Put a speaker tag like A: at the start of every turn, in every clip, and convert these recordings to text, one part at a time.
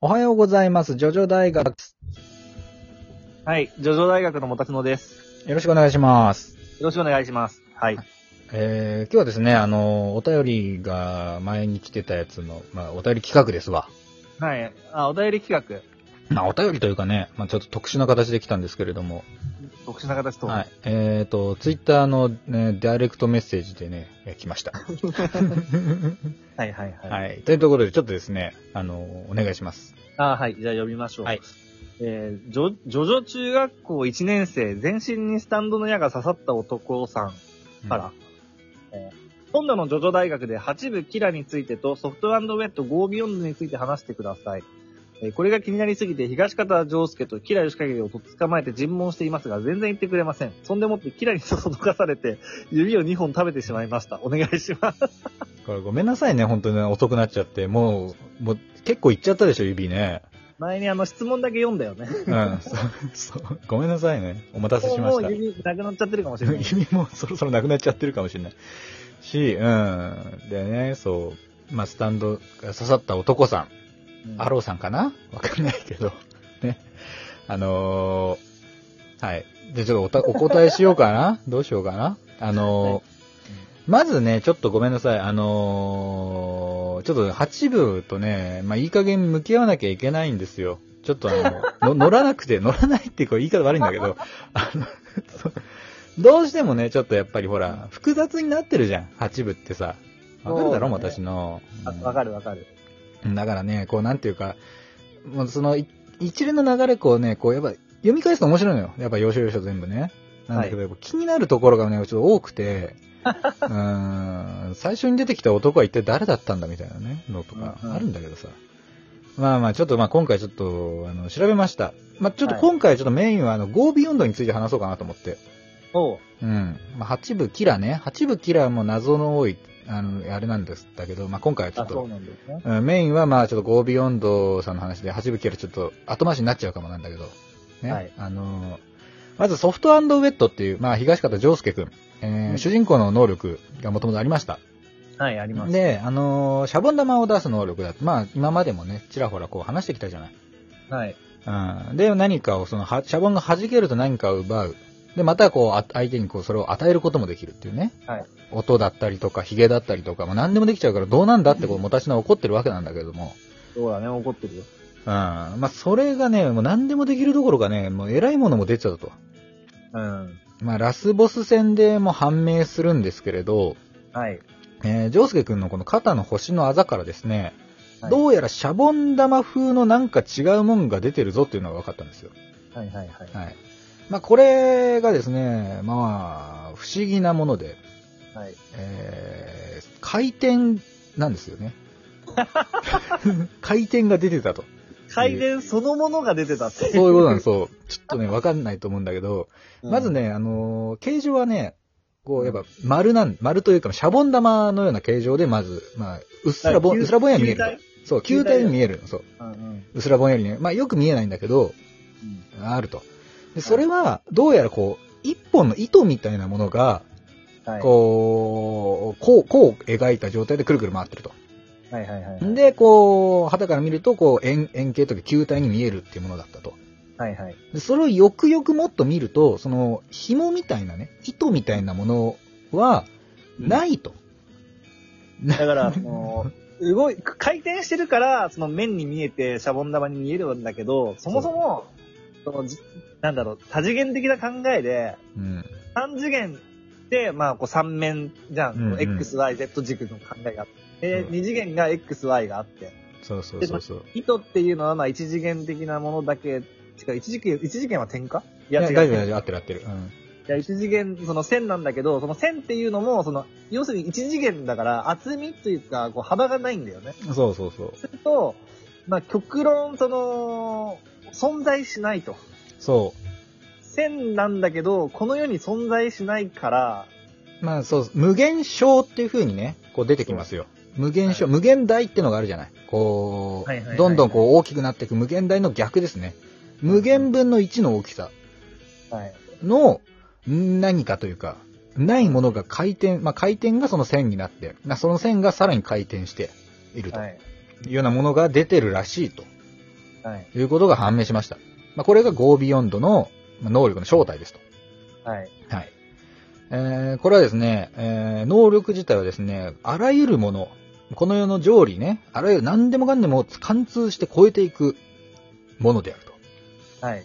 A: おはようございます。ジョジョ大学です。
B: はい。ジョジョ大学のもたつのです。
A: よろしくお願いします。
B: よろしくお願いします。はい。
A: えー、今日はですね、あの、お便りが前に来てたやつの、まあ、お便り企画ですわ。
B: はい。あ、お便り企画。
A: まあ、お便りというかね、まあ、ちょっと特殊な形で来たんですけれども、
B: 特殊な形と。
A: はい。えっ、と、ツイッターの、ね、ダイレクトメッセージでね、え来ました。
B: はいはいはい。
A: はい。というところで、ちょっとですね、あの、お願いします。
B: あ、はい。じゃあ読みましょう。
A: はい。
B: えー、ジョ、ジョジョ中学校1年生、全身にスタンドの矢が刺さった男さん。から、えー今度のジョジョ大学で8部キラについてとソフトウェット Go ビヨンドについて話してください。えーこれが気になりすぎて東方丈介とキラ吉影をとっ捕まえて尋問していますが全然言ってくれません。そんでもってキラにそそのかされて指を2本食べてしまいました。お願いします。
A: うんこれごめんなさいね、本当にね遅くなっちゃって。もう、もう、結構いっちゃったでしょ、指ね。
B: 前にあの質問だけ読んだよね。
A: うん、そう、そう。ごめんなさいね。お待たせしま
B: も
A: し
B: う
A: た。
B: 指なくなっちゃってるかもしれない。
A: 指もそろそろなくなっちゃってるかもしれない。し、うん。でね、そう、まあ、スタンドが刺さった男さん、アローさんかなわかんないけど、ね。あのーはい。で、ちょっ とおたお答えしようかなどうしようかなあのー
B: はい
A: まずね、ちょっとごめんなさい。あのーちょっと8部とね、まあ、いい加減向き合わなきゃいけないんですよ。ちょっとあ の、の乗らなくて、乗らないっていうか言い方悪いんだけど、あの、そうどうしてもね、ちょっとやっぱりほら、複雑になってるじゃん、8部ってさ。わかるだろ、
B: そうだね
A: 私の。
B: あ
A: うん
B: わかるわかる。
A: だからね、こうなんていうか、もうそのい一連の流れこうね、こうやっぱ読み返すと面白いのよ。やっぱ要所要所全部ね。なんだけど、やっぱ気になるところがね、ちょっと多く て、うーん、最初に出てきた男は一体誰だったんだみたいなね、のとか
B: うんうん
A: あるんだけどさ。まあまあ、ちょっとまあ今回ちょっと、あの、調べました。まあちょっと
B: はい
A: 今回ちょっとメインはあの、ゴービヨンドについて話そうかなと思って。
B: おう。
A: うん。まあ、八部キラね。八部キラも謎の多い、あの、あれなんです、だけど、まあ今回はちょ
B: あ、
A: っと、
B: そうなんですね。
A: うんメインはまあちょっとゴービヨンドさんの話で、8部キャラちょっと後回しになっちゃうかもなんだけど、ね。
B: はい
A: あのーまずソフトウェットっていう、まあ東方丈介くん、えー
B: うん
A: 主人公の能力がもともとありました。
B: はい、あります。
A: で、あのーシャボン玉を出す能力だって、まあ今までもね、ちらほらこう話してきたじゃない。
B: はい。
A: うん。で、何かを、その、はシャボンが弾けると何かを奪う。で、またこう、あ相手にこう、それを与えることもできるっていうね。
B: はい
A: 音だったりとか、ヒゲだったりとか、もう何でもできちゃうから、どうなんだってこう、もたしな怒ってるわけなんだけども。
B: そうだね、怒ってるよ。
A: うん。まあ、それがね、もう何でもできるどころかね、もう偉いものも出ちゃうと。
B: うん。
A: まあ、ラスボス戦でも判明するんですけれど、
B: はい。
A: えー、ジョースケ君のこの肩の星のあざからですね、
B: はい
A: どうやらシャボン玉風のなんか違うもんが出てるぞっていうのが分かったんですよ。
B: はいはいはい。
A: はい。まあ、これがですね、まあ、不思議なもので、
B: はい。
A: えー、回転なんですよ ね。回転が出てたと。
B: 回転そのものが出てたって。
A: そういうことなんです。そう。ちょっとね、わかんないと思うんだけど、
B: うん
A: まず。ね、あのー形状はね、こう、やっぱ、丸なん、丸というか、シャボン玉のような形状で、まず、まあ、うっすらぼん、うっすらぼんやり見える
B: 球
A: と。そう、球体に見える。そう、
B: 体うんうん
A: うっすらぼんやりね。まあ、よく見えないんだけど、
B: うん
A: あると。で、それは、どうやらこう、一本の糸みたいなものが、
B: はい。
A: こう、こう、こう描いた状態でくるくる回ってると。
B: はいはいはい。
A: で、こう、肌から見ると、こう、円、円形というか球体に見えるっていうものだったと。
B: はいはい。
A: でそれをよくよくもっと見ると、その、紐みたいなね、糸みたいなものは、ないと。
B: だから、その、動い、回転してるから、その面に見えて、シャボン玉に見えるんだけど、そもそも、そのじ、なんだろう、多次元的な考えで、
A: うん。
B: 三次元で、まあ、こう三面じゃん。
A: うんうん
B: XYZ 軸の考えがあって。で、
A: うん
B: 二次元が XY があって。
A: そうそうそうそう。
B: 糸っていうのは、まあ、一次元的なものだけ、違う、一次元、一次元は点かい
A: いや、
B: 違う
A: 大丈夫大丈夫、合ってる合ってる。うん。
B: いや、一次元、その線なんだけど、その線っていうのも、その、要するに一次元だから、厚みというか、こう、幅がないんだよね。
A: そうそうそう。
B: すると、まあ、極論、その、存在しないと。
A: そ
B: 線なんだけど、この世に存在しないから、
A: う。まあ、そう、無限小っていう風にね、こう出てきますよ。無限小、無限大ってのがあるじゃない。こ
B: はいはいは
A: う、
B: い
A: どんどんこう大きくなっていく無限大の逆ですね。無限分の1の大きさ
B: はい。
A: のん何かというか、ないものが回転、まあ、回転がその線になって、まあ、その線がさらに回転していると
B: はいい。
A: うようなものが出てるらしいと。
B: はい。
A: いうことが判明しました。まあ、これが GoBeyond のまあ能力の正体ですと。
B: はい。
A: はい。えーこれはですね、えー能力自体はですね、あらゆるもの、この世の条理ね、あらゆる何でもかんでも貫通して超えていくものであると。
B: はい。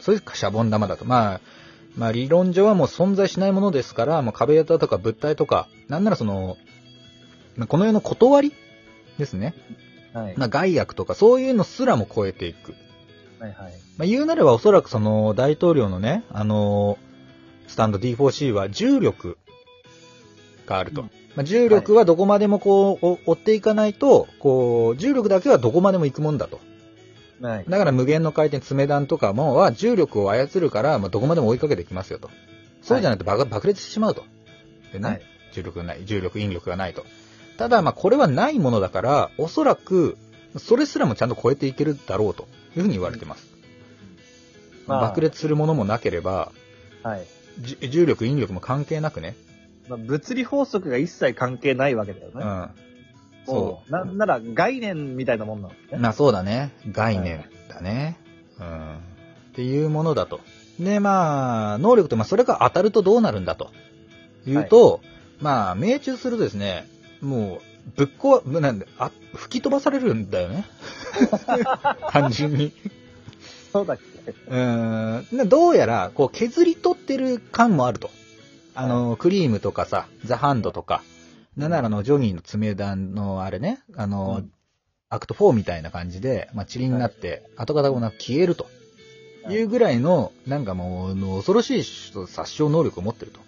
A: それかシャボン玉だと。まあ、まあ理論上はもう存在しないものですから、もう壁型とか物体とか、なんならその、まあこの世の断りですね。
B: はい。
A: まあ害悪とかそういうのすらも超えていく。
B: はい。はい。
A: まあ、言うなればおそらくその大統領のね、あのースタンド D4C は重力があると。
B: うん
A: まあ、重力はどこまでもこう、お追っていかないと、こう、重力だけはどこまでも行くもんだと。
B: はい。
A: だから無限の回転、爪弾とかもは重力を操るから、まあ、どこまでも追いかけてきますよと。そうじゃないと爆爆裂してしまうと。でね、
B: はい
A: 重力がない、重力、引力がないと。ただ、まあ、これはないものだから、おそらく、それすらもちゃんと超えていけるだろうというふうに言われてます。
B: まあ
A: 爆裂するものもなければ、
B: はい。
A: じ重力、引力も関係なくね。
B: まあ、物理法則が一切関係ないわけだよ
A: う
B: ね。
A: ん。
B: も。
A: そう
B: なんなら概念みたいなもんなんです
A: う。
B: ね。
A: まあそうだね。概念だね。うん。っていうものだと。で、まあ、能力と、まあそれが当たるとどうなるんだと。いうと、まあ、命中するとですね、もう、ぶっこわ、なんで、あ、吹き飛ばされるんだよ ね。単純に。
B: そうだっけ
A: うん。でどうやら、こう、削り取ってる感もあると。あの、クリームとかさ、ザハンドとか、なんならあの、ジョギーの爪弾のあれね、あの、
B: うん
A: アクト4みたいな感じで、まあ、塵になって、跡形もなく消えると
B: はい
A: いうぐらいの、なんかもうあの、恐ろしい殺傷能力を持ってると。、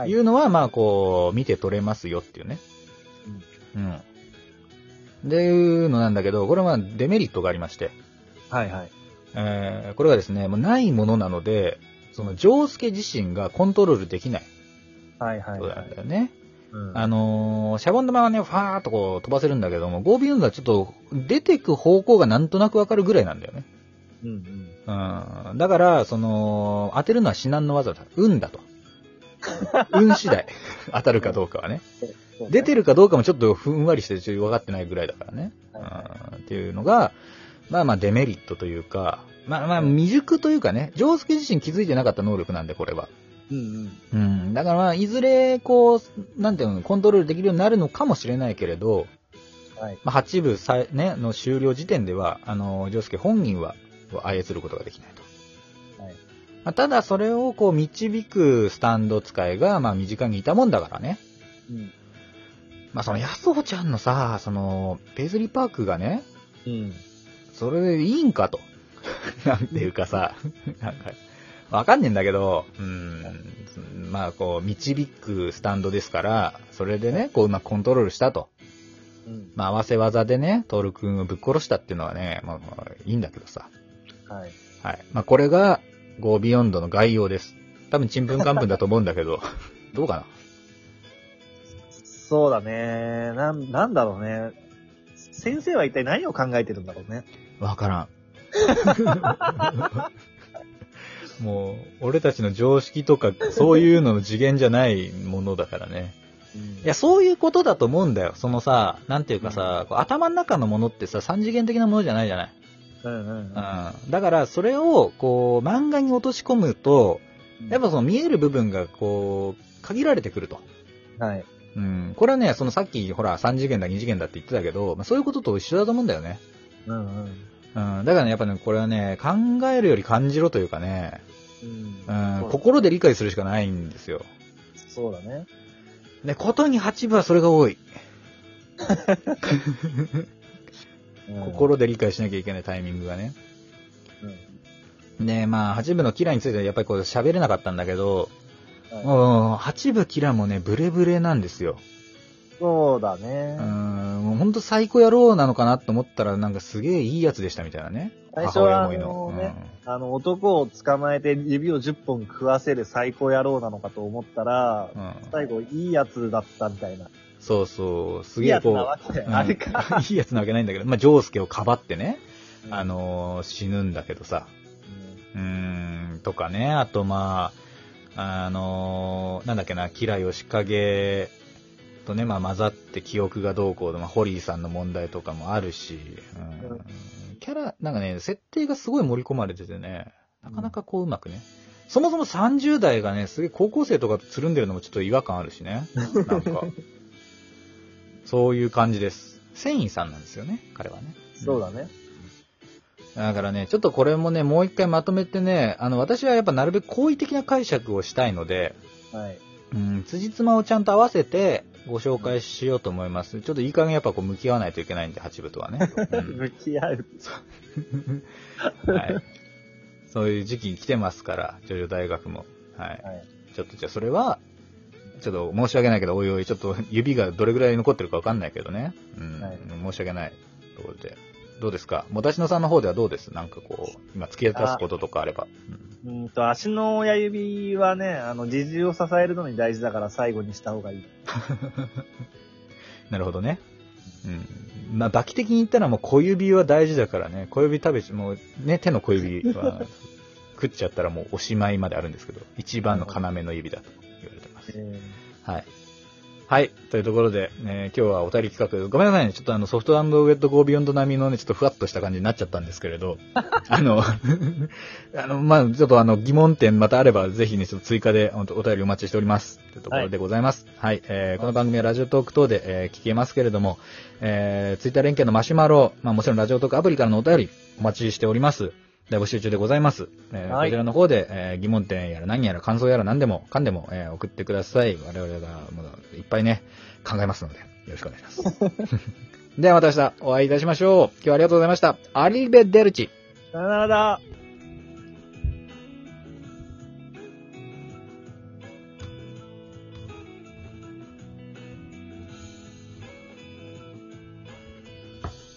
B: はいい。
A: うのは、まあ、こう、見て取れますよっていうね。うん。っていうのなんだけど、これはまあデメリットがありまして、
B: はいはい。
A: えーこれはですね、もうないものなので、その、ジョウスケ自身がコントロールできない。
B: はいはい
A: そう
B: は
A: なん
B: い。
A: だよね。
B: うん
A: あのーシャボン玉はね、ファーっとこう飛ばせるんだけども、ゴービーンドはちょっと出てく方向がなんとなくわかるぐらいなんだよね。
B: うんうん。
A: うん。だから、その、当てるのは至難の技だ。運だと。運次第。当たるかどうかはね。出て
B: る。
A: るかどうかもちょっとふんわりしてちょっと分かってないぐらいだからね。
B: はい
A: うんっていうのが、まあまあデメリットというか、まあまあ未熟というかね、ジョウスケ自身気づいてなかった能力なんで、これは。
B: うんうん。
A: うん。だからまあ、いずれ、こう、なんていうの、コントロールできるようになるのかもしれないけれど、
B: はい。
A: まあ、8部さ、ね、の終了時点では、あの、ジョウスケ本人は、を操ることができないと。
B: はい
A: まあ、ただ、それをこう、導くスタンド使いが、まあ、身近にいたもんだからね。
B: うん。
A: まあ、その、ヤソちゃんのさ、その、ペイズリーパークがね、
B: うん。
A: それでいいんかと。 なんていうかさ、なんか、わかんねえんだけど、うん、まあこう、導くスタンドですから、それでね、こううまくコントロールしたと。
B: うん。
A: まあ合わせ技でね、トール君をぶっ殺したっていうのはね、まあまあいいんだけどさ。
B: はい。
A: はい。まあこれが、ゴービヨンドの概要です。多分ちんぷんかんぷんだと思うんだけど、 どうか
B: そうだね。なん、なんだろうね。先生は一体何を考えてるんだろうね。
A: なわ からん。もう、俺たちの常識とか、そういうのの次元じゃないものだからね。いや、そういうことだと思うんだよ。そのさ、なんていうかさ、こう頭の中のものってさ、三次元的なものじゃないじゃない。
B: うんうんうん。
A: うん。だから、それを、こう、漫画に落とし込むと、やっぱその見える部分が、こう、限られてくると。
B: ぱ、はい。
A: うん。これはね、そのさっき、ほら、三次元だ、二次元だって言ってたけど、まあ、そういうことと一緒だと思うんだよね。
B: うん
A: う
B: うん。
A: ん。だからね、やっぱね、これはね、考えるより感じろというかね、
B: う
A: う
B: ん
A: ん、
B: そう
A: 心で理解するしかないんですよ。
B: そうだね。
A: ね、ことに8分はそれが多い。
B: うん。
A: 心で理解しなきゃいけないタイミングがね。
B: うん
A: で、まあ、八部のキラについてはやっぱりこう喋れなかったんだけど、
B: はい
A: もう、八部キラもね、ブレブレなんですよ。
B: そうだ
A: う
B: ね
A: ー。ん、もうほんと最高野郎なのかなと思ったら、なんかすげえいいやつでしたみたいなね。
B: 最初
A: 母
B: は
A: 親思いの。
B: あのあの、男を捕まえて指を10本食わせる最高野郎なのかと思ったら
A: う、ん。うん
B: 最後いいやつだったみたいな。
A: そうそう、す
B: いい
A: げえ
B: やつ
A: こ
B: な
A: う。
B: わけだよ
A: うん
B: あれか。
A: いいやつなわけないんだけど、まあ、ジョウスケをかばってね、あ
B: うん、
A: のー死ぬんだけどさ。うーん、とかね、あとまあ、あのーなんだっけな、キラヨシカゲとね、まあ混ざって記憶がどうこうで、まあホリーさんの問題とかもあるし、う、
B: うん
A: キャラ、なんかね、設定がすごい盛り込まれててね、なかなかこううまくね。そもそも30代がね、すげえ高校生とかとつるんでるのもちょっと違和感あるしね。なんか、そういう感じです。繊維さんなんですよね、彼はね。
B: そうだね。
A: だからね、ちょっとこれもね、もう一回まとめてね、あの、私はやっぱなるべく好意的な解釈をしたいので、
B: はい。
A: うん、辻褄をちゃんと合わせてご紹介しようと思います。ちょっといい加減やっぱこう向き合わないといけないんで、八部とはね。うん
B: 向き合う。
A: はい、そういう時期に来てますから、ジョジョ大学も。はい。
B: はい。
A: ちょっとじゃあそれは、ちょっと申し訳ないけど、おいおい、ちょっと指がどれぐらい残ってるかわかんないけどね。うん、
B: はい
A: 申し訳ない。ところで。どうですかもたしのさんの方ではどうですなんかこう、今付き出すこととかあれば。うん
B: うーんと、足の親指はね、あの、自重を支えるのに大事だから最後にした方がいい。
A: なるほどね。うん。まあ、バキ的に言ったらもう小指は大事だからね。小指食べち、もうね、手の小指 は食っちゃったらもうおしまいまであるんですけど、一番の要の指だと言われてます。
B: え
A: はい。はい。というところで、えー今日はお便り企画、ごめんなさいね。ちょっとあの、ソフトウェットゴービヨンド並みのね、ちょっとふわっとした感じになっちゃったんですけれど、あの、 あの、まあ、ちょっとあの、疑問点またあれば、ぜひね、ちょっと追加でほんとお便りお待ちしております。というところでございます。はい。えーこの番組はラジオトーク等で、えー聞けますけれども、えー、ツイッター連携のマシュマロ、まあ、もちろんラジオトークアプリからのお便り、お待ちしております。大募集中でございます。えー
B: はい
A: こちらの方で、えー疑問点やら何やら感想やら何でも、かんでも、えー送ってください。我々が、もう、いっぱいね、考えますので、よろしくお願いします。 ではまた明日お会いいたしましょう。今日はありがとうございました。アリベデルチ。
B: ーさよならだ。